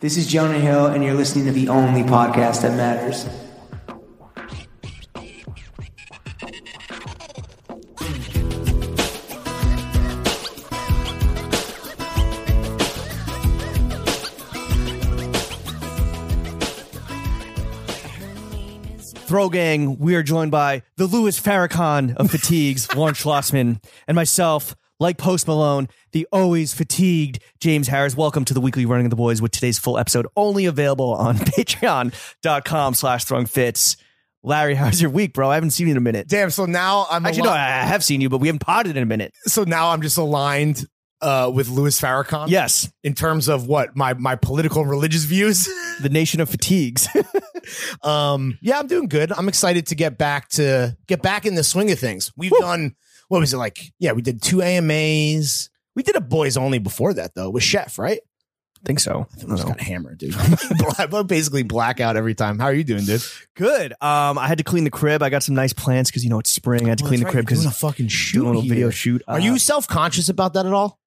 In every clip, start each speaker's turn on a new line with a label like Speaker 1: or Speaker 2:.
Speaker 1: This is Jonah Hill, and you're listening to the only podcast that matters.
Speaker 2: Throw Gang, we are joined by the Louis Farrakhan of Fatigues, Lauren Schlossman, and myself, like Post Malone, the always fatigued James Harris. Welcome to the weekly Running of the Boys with today's full episode only available on patreon.com slash thrungfits. Larry, how's your week, bro? I haven't seen you in a minute.
Speaker 3: Damn. So now I'm
Speaker 2: Actually, no,
Speaker 3: ali-
Speaker 2: I I have seen you, but we haven't potted in a minute.
Speaker 3: so now I'm just aligned uh, with Louis Farrakhan.
Speaker 2: Yes,
Speaker 3: In terms of what my my political and religious views.
Speaker 2: the nation of fatigues.
Speaker 3: um. Yeah, I'm doing good. I'm excited to get back to get back in the swing of things. We've
Speaker 2: Woo.
Speaker 3: done what was it like? Yeah, we did two AMAs. We did a boys only before that though with Chef, right?
Speaker 2: think so. I
Speaker 3: I just got hammered, dude. I basically black out every time. How are you doing, dude?
Speaker 2: Good. Um, I had to clean the crib. I got some nice plants because you know it's spring. I had to clean the crib because
Speaker 3: a fucking
Speaker 2: doing a little video shoot.
Speaker 3: Are
Speaker 2: Uh,
Speaker 3: you self conscious about that at all?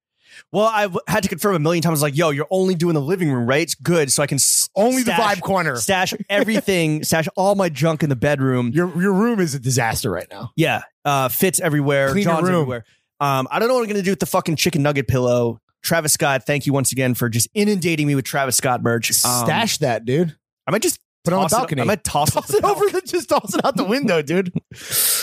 Speaker 2: Well, I've had to confirm a million times. Like, yo, you're only doing the living room, right? It's good, so I can s-
Speaker 3: Only
Speaker 2: stash-
Speaker 3: the vibe corner.
Speaker 2: stash everything, stash all my junk in the bedroom.
Speaker 3: Your your room is a disaster right now.
Speaker 2: yeah, uh, fits everywhere.
Speaker 3: Clean your
Speaker 2: John's
Speaker 3: room.
Speaker 2: everywhere. Um, I don't know what I'm gonna do with the fucking chicken nugget pillow. Travis Scott, thank you once again for just inundating me with Travis Scott merch. Um,
Speaker 3: Stash that, dude.
Speaker 2: I might just
Speaker 3: Put it on the
Speaker 2: toss it-
Speaker 3: balcony.
Speaker 2: I might toss,
Speaker 3: toss
Speaker 2: it,
Speaker 3: it over the just toss it out the window, dude.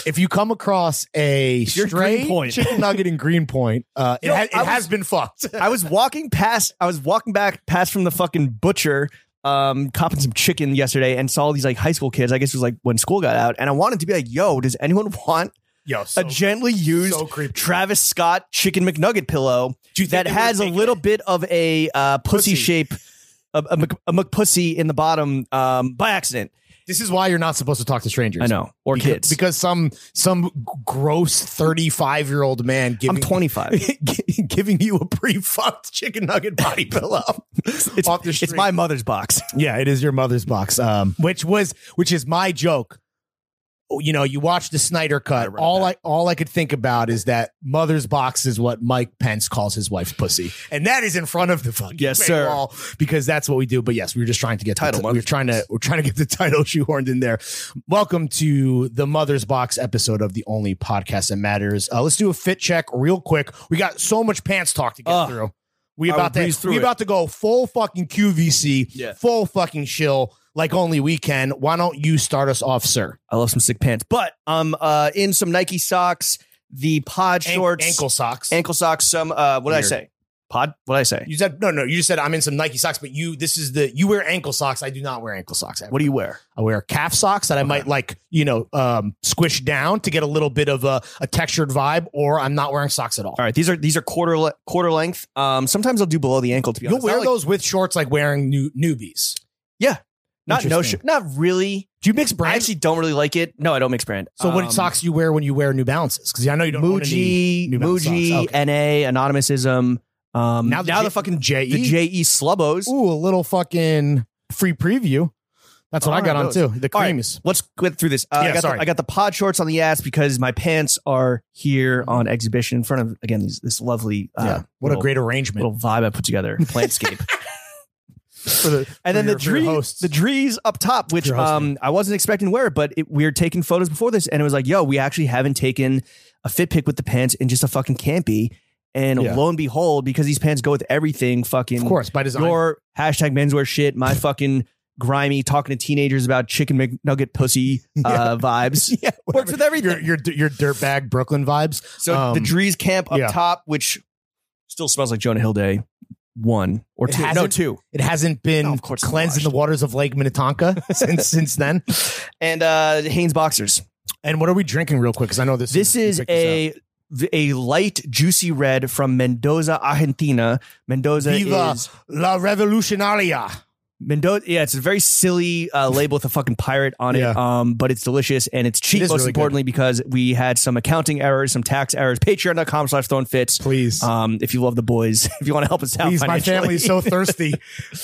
Speaker 3: If you come across a
Speaker 2: You're
Speaker 3: stray
Speaker 2: Greenpoint.
Speaker 3: chicken nugget in Greenpoint, uh,
Speaker 2: You know,
Speaker 3: it, ha-
Speaker 2: I
Speaker 3: it has been fucked.
Speaker 2: I was walking past. I was walking back past from the fucking butcher, um, copping some chicken yesterday, and saw all these like high school kids. I guess it was like when school got out, and I wanted to be like, "Yo, does anyone want
Speaker 3: Yo,
Speaker 2: a gently used
Speaker 3: so creepy.
Speaker 2: Travis Scott chicken McNugget pillow
Speaker 3: Do you
Speaker 2: that
Speaker 3: think they
Speaker 2: has a
Speaker 3: would've taken
Speaker 2: little bit of a uh, pussy,
Speaker 3: Pussy.
Speaker 2: shape, a, a, Mc- a McPussy in the bottom um, by accident?"
Speaker 3: This is why you're not supposed to talk to strangers.
Speaker 2: I know, or
Speaker 3: Because,
Speaker 2: kids.
Speaker 3: because some some gross 35 year old man
Speaker 2: I'm
Speaker 3: giving
Speaker 2: 25.
Speaker 3: giving you a pre fucked chicken nugget body pillow
Speaker 2: It's,
Speaker 3: off the street.
Speaker 2: it's my mother's box.
Speaker 3: Yeah, it is your mother's box. Um, which was which is my joke. You know, you watch the Snyder
Speaker 2: I
Speaker 3: cut.
Speaker 2: read
Speaker 3: All
Speaker 2: that.
Speaker 3: I all I could think about is that mother's box is what Mike Pence calls his wife's pussy, and that is in front of the fucking
Speaker 2: Yes,
Speaker 3: paywall
Speaker 2: sir.
Speaker 3: because that's what we do. But yes, we were just trying to get
Speaker 2: Title,
Speaker 3: The, we were
Speaker 2: Mother's
Speaker 3: trying to
Speaker 2: Box.
Speaker 3: we're trying to get the title shoehorned in there. Welcome to the mother's box episode of the only podcast that matters. Uh, let's do a fit check real quick. We got so much pants talk to get
Speaker 2: Ugh.
Speaker 3: through. We
Speaker 2: I will
Speaker 3: about to
Speaker 2: breeze through
Speaker 3: we
Speaker 2: it.
Speaker 3: about to go full fucking QVC,
Speaker 2: Yeah.
Speaker 3: full fucking shill, like only we can. Why don't you start us off, sir?
Speaker 2: I love some sick pants, but I'm uh, in some Nike socks, the pod
Speaker 3: An-
Speaker 2: shorts,
Speaker 3: ankle socks.
Speaker 2: ankle socks. Some uh, what did I
Speaker 3: Weird.
Speaker 2: say? Pod? What did I say?
Speaker 3: you said no, no. You just said I'm in some Nike socks, but you this is the you wear ankle socks. I do not wear ankle socks. I,
Speaker 2: What do you wear?
Speaker 3: I wear calf socks that I might like, you know, um, squish down to get a little bit of a, a textured vibe, or I'm not wearing socks at all.
Speaker 2: All right, these are these are quarter le- quarter length. Um, sometimes I'll do below the ankle. To be
Speaker 3: You'll
Speaker 2: honest, Not
Speaker 3: wear
Speaker 2: like-
Speaker 3: those with shorts, like wearing new newbies.
Speaker 2: Not no, sh-
Speaker 3: Interesting.
Speaker 2: not really.
Speaker 3: Do you mix
Speaker 2: I
Speaker 3: brands?
Speaker 2: actually don't really like it. No, I don't mix brand.
Speaker 3: So, what
Speaker 2: Um,
Speaker 3: socks do you wear when you wear New Balances? Because I know you don't. own any-
Speaker 2: Muji,
Speaker 3: New Balance
Speaker 2: Muji,
Speaker 3: socks. Okay.
Speaker 2: NA, Anonymousism. Um, now the,
Speaker 3: J- E
Speaker 2: fucking
Speaker 3: JE
Speaker 2: the E JE Slubbos.
Speaker 3: Ooh, a little fucking free preview. That's what
Speaker 2: Oh,
Speaker 3: I got
Speaker 2: I
Speaker 3: on
Speaker 2: know.
Speaker 3: too. The
Speaker 2: All right.
Speaker 3: cream is
Speaker 2: Let's get through this. Uh,
Speaker 3: Yeah,
Speaker 2: I, got
Speaker 3: sorry.
Speaker 2: The, I got the pod shorts on the ass because my pants are here on exhibition in front of again these, this lovely. Uh,
Speaker 3: yeah. What
Speaker 2: little,
Speaker 3: a great arrangement.
Speaker 2: little vibe I put together. Plantscape.
Speaker 3: For the,
Speaker 2: and then the
Speaker 3: for your- for your
Speaker 2: dree,
Speaker 3: hosts.
Speaker 2: the drees up top, which
Speaker 3: Your host
Speaker 2: um I wasn't expecting to wear, it, but it, we were taking photos before this, and it was like, yo, we actually haven't taken a fit pic with the pants in just a fucking campy, and
Speaker 3: Yeah.
Speaker 2: lo and behold, because these pants go with everything, fucking
Speaker 3: of course, by design.
Speaker 2: your hashtag menswear shit, my fucking grimy talking to teenagers about chicken McNugget pussy uh, vibes.
Speaker 3: yeah,
Speaker 2: Works with everything.
Speaker 3: your your your dirtbag Brooklyn vibes.
Speaker 2: So
Speaker 3: Um,
Speaker 2: the Drees camp up
Speaker 3: yeah.
Speaker 2: top, which still smells like Jonah Hill Day, one or
Speaker 3: It
Speaker 2: two, no
Speaker 3: hasn't-
Speaker 2: two.
Speaker 3: It hasn't been
Speaker 2: No, of course it's
Speaker 3: cleansed in the waters of Lake Minnetonka since since then.
Speaker 2: and uh Hanes boxers.
Speaker 3: And what are we drinking real quick? Because I know this.
Speaker 2: This
Speaker 3: you
Speaker 2: is
Speaker 3: picked this
Speaker 2: a a light juicy red from Mendoza, Argentina. Mendoza
Speaker 3: Viva.
Speaker 2: is
Speaker 3: up. La Revolucionaria.
Speaker 2: Mendoza. Yeah, it's a very silly uh, label with a fucking pirate on
Speaker 3: Yeah.
Speaker 2: it. Um, but it's delicious and it's cheap.
Speaker 3: It is
Speaker 2: most
Speaker 3: really good.
Speaker 2: importantly, because we had some accounting errors, some tax errors. Patreon.com/slash Throne Fits.
Speaker 3: Please.
Speaker 2: Um, if you love the boys, if you want to help us out,
Speaker 3: Uh, Please, my
Speaker 2: Oh, financially.
Speaker 3: family is so thirsty.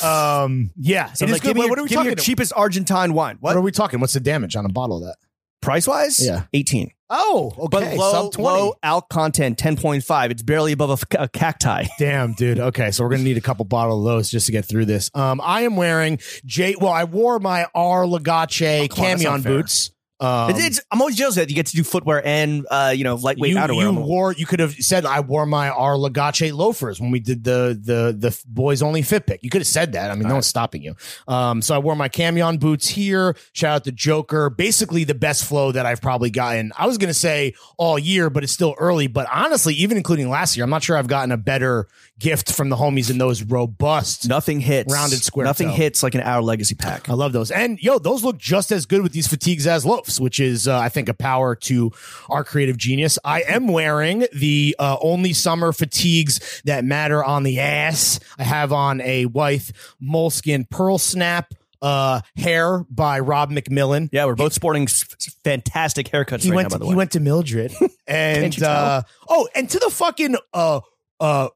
Speaker 3: Um, yeah,
Speaker 2: So I'm
Speaker 3: it is
Speaker 2: like, give me
Speaker 3: good. Wait,
Speaker 2: your-
Speaker 3: what are we
Speaker 2: give me
Speaker 3: talking?
Speaker 2: Your cheapest Argentine wine.
Speaker 3: what
Speaker 2: What
Speaker 3: are we talking? What's the damage on a bottle of that?
Speaker 2: price wise?
Speaker 3: Yeah.
Speaker 2: eighteen.
Speaker 3: Oh, okay.
Speaker 2: But low,
Speaker 3: Sub 20.
Speaker 2: low alc content, 10.5. It's barely above a, f- a cacti.
Speaker 3: Damn, dude. Okay, so we're gonna need a couple bottle of those just to get through this. Um, I am wearing J. Well, I wore my R. Lagache
Speaker 2: come on, that's
Speaker 3: Camion
Speaker 2: not fair.
Speaker 3: boots. Um,
Speaker 2: it's, it's, I'm always jealous that you get to do footwear and uh, you know lightweight
Speaker 3: you,
Speaker 2: outerwear.
Speaker 3: you
Speaker 2: I'm a-
Speaker 3: wore. You could have said I wore my R. Lagache loafers when we did the the the f- boys only fit pick. You could have said that. I mean, no one's stopping you. Um, so I wore my Camion boots here. Shout out to Joker. Basically, the best flow that I've probably gotten. I was gonna say all year, but it's still early. But honestly, even including last year, I'm not sure I've gotten a better gift from the homies in those robust.
Speaker 2: nothing hits
Speaker 3: Rounded square
Speaker 2: Nothing
Speaker 3: toe. Oh.
Speaker 2: hits like an hour legacy pack.
Speaker 3: I love those. And yo, those look just as good with these fatigues as loafs, which is, uh, I think, a power to our creative genius. I am wearing the uh, only summer fatigues that matter on the ass. I have on a Wythe moleskin pearl snap uh, hair by Rob McMillan.
Speaker 2: Yeah, we're both sporting s- s- fantastic haircuts
Speaker 3: He
Speaker 2: right now.
Speaker 3: went.
Speaker 2: By
Speaker 3: to,
Speaker 2: the
Speaker 3: he
Speaker 2: way,
Speaker 3: went to Mildred,
Speaker 2: Can't
Speaker 3: and
Speaker 2: you tell?
Speaker 3: uh, oh, and to the fucking uh uh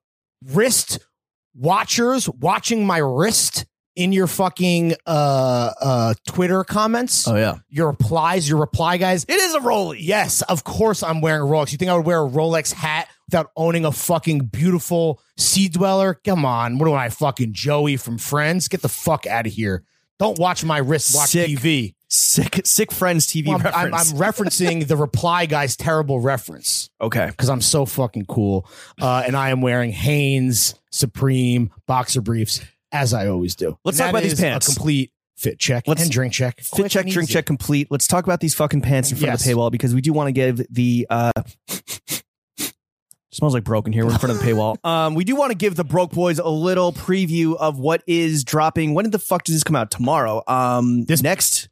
Speaker 3: wrist watchers watching my wrist in your fucking uh uh Twitter comments,
Speaker 2: yeah,
Speaker 3: your replies, your reply guys.
Speaker 2: it is a rollie.
Speaker 3: Yes, of course I'm wearing a Rolex. You think I would wear a Rolex hat without owning a fucking beautiful sea dweller? Come on, what am I fucking Joey from Friends? Get the fuck out of here! Don't watch my wrist watch
Speaker 2: Sick
Speaker 3: TV.
Speaker 2: Sick, sick friends TV
Speaker 3: Well, I'm, I'm-
Speaker 2: reference.
Speaker 3: I'm referencing the reply guy's terrible reference
Speaker 2: okay,
Speaker 3: because I'm so fucking cool. Uh, and I am wearing Hanes Supreme boxer briefs as I always do.
Speaker 2: Let's talk
Speaker 3: And that
Speaker 2: about these
Speaker 3: is
Speaker 2: pants.
Speaker 3: A complete fit check
Speaker 2: Let's-
Speaker 3: and drink check.
Speaker 2: fit check, drink check, complete. Let's talk about these fucking pants in front of the
Speaker 3: Yes.
Speaker 2: paywall because we do want to give the. uh Smells like broken here. We're in front of the paywall. Um, we do want to give the broke boys a little preview of what is dropping. When did the fuck does this come out? Tomorrow. Um,
Speaker 3: This-
Speaker 2: next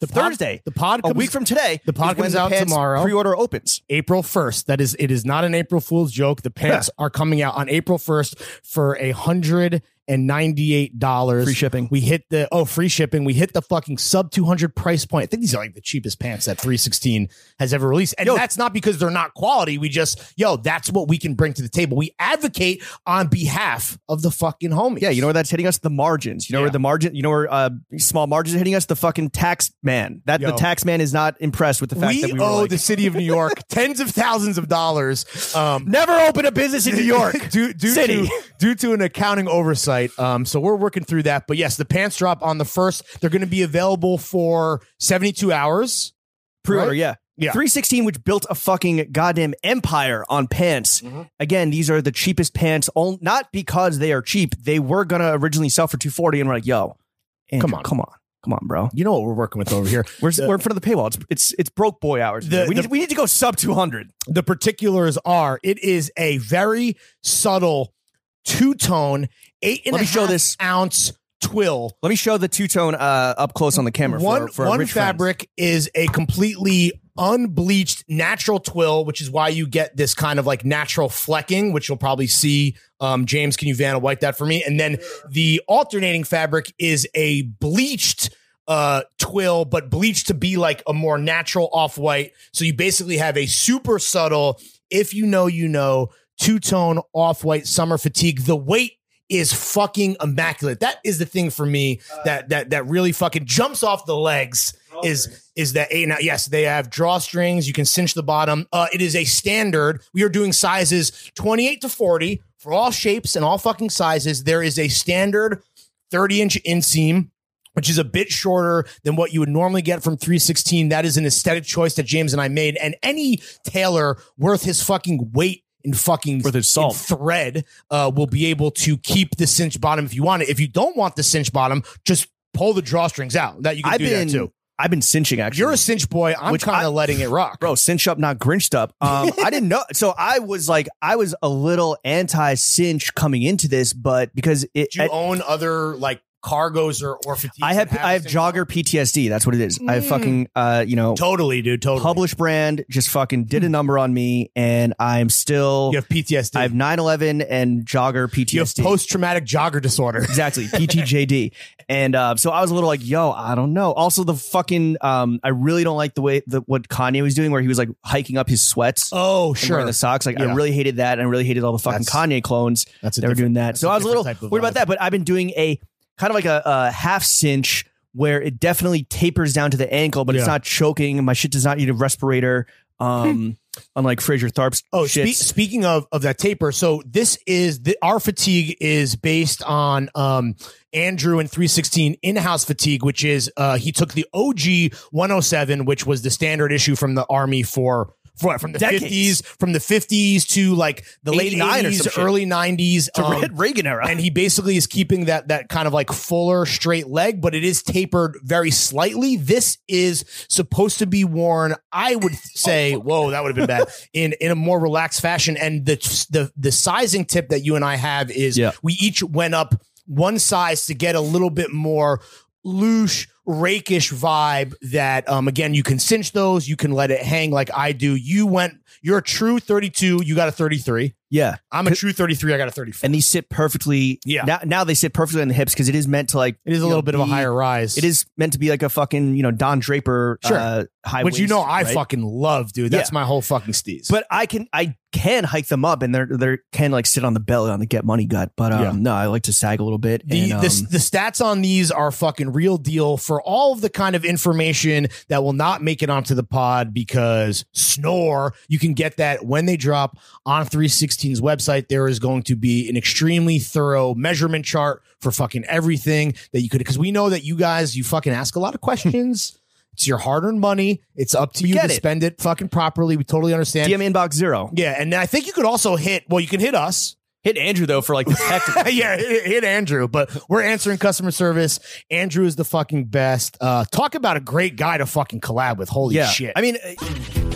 Speaker 3: The
Speaker 2: Thursday.
Speaker 3: Pod, the pod
Speaker 2: a
Speaker 3: comes
Speaker 2: week from today.
Speaker 3: the pod
Speaker 2: is when
Speaker 3: comes out
Speaker 2: pants
Speaker 3: tomorrow.
Speaker 2: Pre-order opens.
Speaker 3: April 1st. That is, it is not an April Fool's joke. The pants are coming out on April 1st for a hundred and ninety-eight dollars.
Speaker 2: Free shipping.
Speaker 3: We hit the oh free shipping. We hit the fucking sub two hundred price point. I think these are like the cheapest pants that three sixteen has ever released, and
Speaker 2: Yo.
Speaker 3: that's not because they're not quality. We just yo, that's what we can bring to the table. We advocate on behalf of the fucking homies.
Speaker 2: Yeah, you know where that's hitting us? The margins. You know where
Speaker 3: Yeah.
Speaker 2: the margin, you know where uh, small margins are hitting us? The fucking tax man. That
Speaker 3: Yo.
Speaker 2: the tax man is not impressed with the fact
Speaker 3: we,
Speaker 2: that we were
Speaker 3: owe
Speaker 2: like,
Speaker 3: the city of New York tens of thousands of dollars. Um,
Speaker 2: never open a business in New York.
Speaker 3: due, due
Speaker 2: City.
Speaker 3: to due to an accounting oversight. Um, so we're working through that. But yes, the pants drop on the first. They're going to be available for seventy two hours.
Speaker 2: Pre-order,
Speaker 3: Right?
Speaker 2: yeah.
Speaker 3: Yeah.
Speaker 2: 316, which built a fucking goddamn empire on pants.
Speaker 3: Mm-hmm.
Speaker 2: Again, these are the cheapest pants, all, not because they are cheap. They were going to originally sell for 240 and we're like, yo, Andrew,
Speaker 3: Come on.
Speaker 2: Come on. Come on, bro.
Speaker 3: You know what we're working with over here.
Speaker 2: We're, we're in front of the paywall. It's it's, it's broke boy hours.
Speaker 3: The-
Speaker 2: we,
Speaker 3: the-
Speaker 2: need, we need to go sub 200.
Speaker 3: The particulars are: it is a very subtle two tone eight and
Speaker 2: Let
Speaker 3: a
Speaker 2: me show
Speaker 3: half
Speaker 2: this.
Speaker 3: ounce twill.
Speaker 2: Let me show the two tone uh, up close on the camera. for-
Speaker 3: One
Speaker 2: for, our
Speaker 3: one
Speaker 2: rich friends.
Speaker 3: fabric is a completely unbleached natural twill, which is why you get this kind of like natural flecking, which you'll probably see. Um, James, can you Vanna White that for me? And then the alternating fabric is a bleached uh twill but bleached to be like a more natural off-white so you basically have a super subtle if you know you know two-tone off-white summer fatigue the weight is fucking immaculate that is the thing for me that that that really fucking jumps off the legs is is that a now yes they have drawstrings you can cinch the bottom uh it is a standard we are doing sizes 28 to 40 for all shapes and all fucking sizes there is a standard 30 inch inseam which is a bit shorter than what you would normally get from 316. That is an aesthetic choice that James and I made. And any tailor worth his fucking weight in fucking
Speaker 2: Worth his salt.
Speaker 3: in thread uh, will be able to keep the cinch bottom if you want it. If you don't want the cinch bottom, just pull the drawstrings out. That you can
Speaker 2: I've
Speaker 3: do
Speaker 2: been
Speaker 3: that too.
Speaker 2: I've been cinching actually.
Speaker 3: You're a cinch boy. I'm
Speaker 2: Which
Speaker 3: kind
Speaker 2: I-
Speaker 3: of letting it rock.
Speaker 2: bro, cinch up, not grinched up. Um, I didn't know. So I was like, I was a little anti cinch coming into this, but because it,
Speaker 3: Do you own other like cargos or or fatigues?
Speaker 2: I
Speaker 3: that
Speaker 2: have I have
Speaker 3: cinch-
Speaker 2: jogger PTSD. That's what it is. I fucking uh, you know,
Speaker 3: Totally, dude. Totally.
Speaker 2: published brand just fucking did a number on me, and I'm still.
Speaker 3: You have PTSD.
Speaker 2: I have 9/11 and jogger PTSD.
Speaker 3: you have post traumatic jogger disorder.
Speaker 2: exactly PTJD. And uh, so I was a little like, yo, I don't know. Also, the fucking um, I really don't like the way that what Kanye was doing, where he was like hiking up his sweats.
Speaker 3: Oh,
Speaker 2: and wearing
Speaker 3: sure.
Speaker 2: the socks. Like
Speaker 3: Yeah.
Speaker 2: I really hated that, and I really hated all the fucking
Speaker 3: That's-
Speaker 2: Kanye clones.
Speaker 3: That's
Speaker 2: They were doing that,
Speaker 3: that's
Speaker 2: so
Speaker 3: a
Speaker 2: I was a little
Speaker 3: different type of uh,
Speaker 2: worried about
Speaker 3: vibe.
Speaker 2: that. But I've been doing a kind of like a, a half cinch where it definitely tapers down to the ankle, but
Speaker 3: Yeah.
Speaker 2: it's not choking. My shit does not need a respirator. Um, unlike Fraser Tharp's
Speaker 3: Oh, spe-
Speaker 2: shit.
Speaker 3: speaking of of that taper, so this is the, our fatigue is based on um Andrew and 316 in-house fatigue, which is uh he took the OG 107, which was the standard issue from the army for for from the
Speaker 2: Decades.
Speaker 3: 50s, from the 50s to like the late
Speaker 2: 89 or some
Speaker 3: 80s,
Speaker 2: shit.
Speaker 3: early 90s.
Speaker 2: the
Speaker 3: um,
Speaker 2: Red Reagan era.
Speaker 3: and he basically is keeping that that kind of like fuller straight leg, but it is tapered very slightly. This is supposed to be worn, I would say, whoa, that would have been bad in in a more relaxed fashion. And the the the sizing tip that you and I have is
Speaker 2: Yeah.
Speaker 3: we each went up one size to get a little bit more loose rakish vibe that um again you can cinch those you can let it hang like i do you went you're a true 32 you got a 33
Speaker 2: yeah,
Speaker 3: i'm a true 33 i got a 34
Speaker 2: and these sit perfectly.
Speaker 3: Yeah.
Speaker 2: now, now they sit perfectly on the hips because it is meant to like
Speaker 3: It is a
Speaker 2: you
Speaker 3: little
Speaker 2: know,
Speaker 3: bit of a
Speaker 2: be-
Speaker 3: higher rise.
Speaker 2: It is meant to be like a fucking you know Don Draper
Speaker 3: Sure.
Speaker 2: uh, high,
Speaker 3: which you
Speaker 2: waist,
Speaker 3: know I
Speaker 2: right?
Speaker 3: fucking love, dude. That's
Speaker 2: Yeah.
Speaker 3: my whole fucking steez.
Speaker 2: But I can I can hike them up and they're they can like sit on the belly on the get money gut. But um,
Speaker 3: Yeah.
Speaker 2: no, I like to sag a little bit.
Speaker 3: the,
Speaker 2: and, um,
Speaker 3: the the stats on these are fucking real deal for all of the kind of information that will not make it onto the pod because snore. You can get that when they drop on 316's website. There is going to be an extremely thorough measurement chart for fucking everything that you could because we know that you guys you fucking ask a lot of questions. It's your hard-earned money. It's up to you
Speaker 2: get
Speaker 3: to
Speaker 2: it.
Speaker 3: spend it fucking properly. We totally understand.
Speaker 2: DM inbox zero.
Speaker 3: Yeah, and I think you could also hit. Well, you can hit us.
Speaker 2: Hit Andrew though for like the technical.
Speaker 3: yeah, hit, hit Andrew. But we're answering customer service. Andrew is the fucking best. Uh, talk about a great guy to fucking collab with. Holy shit!
Speaker 2: I mean, uh,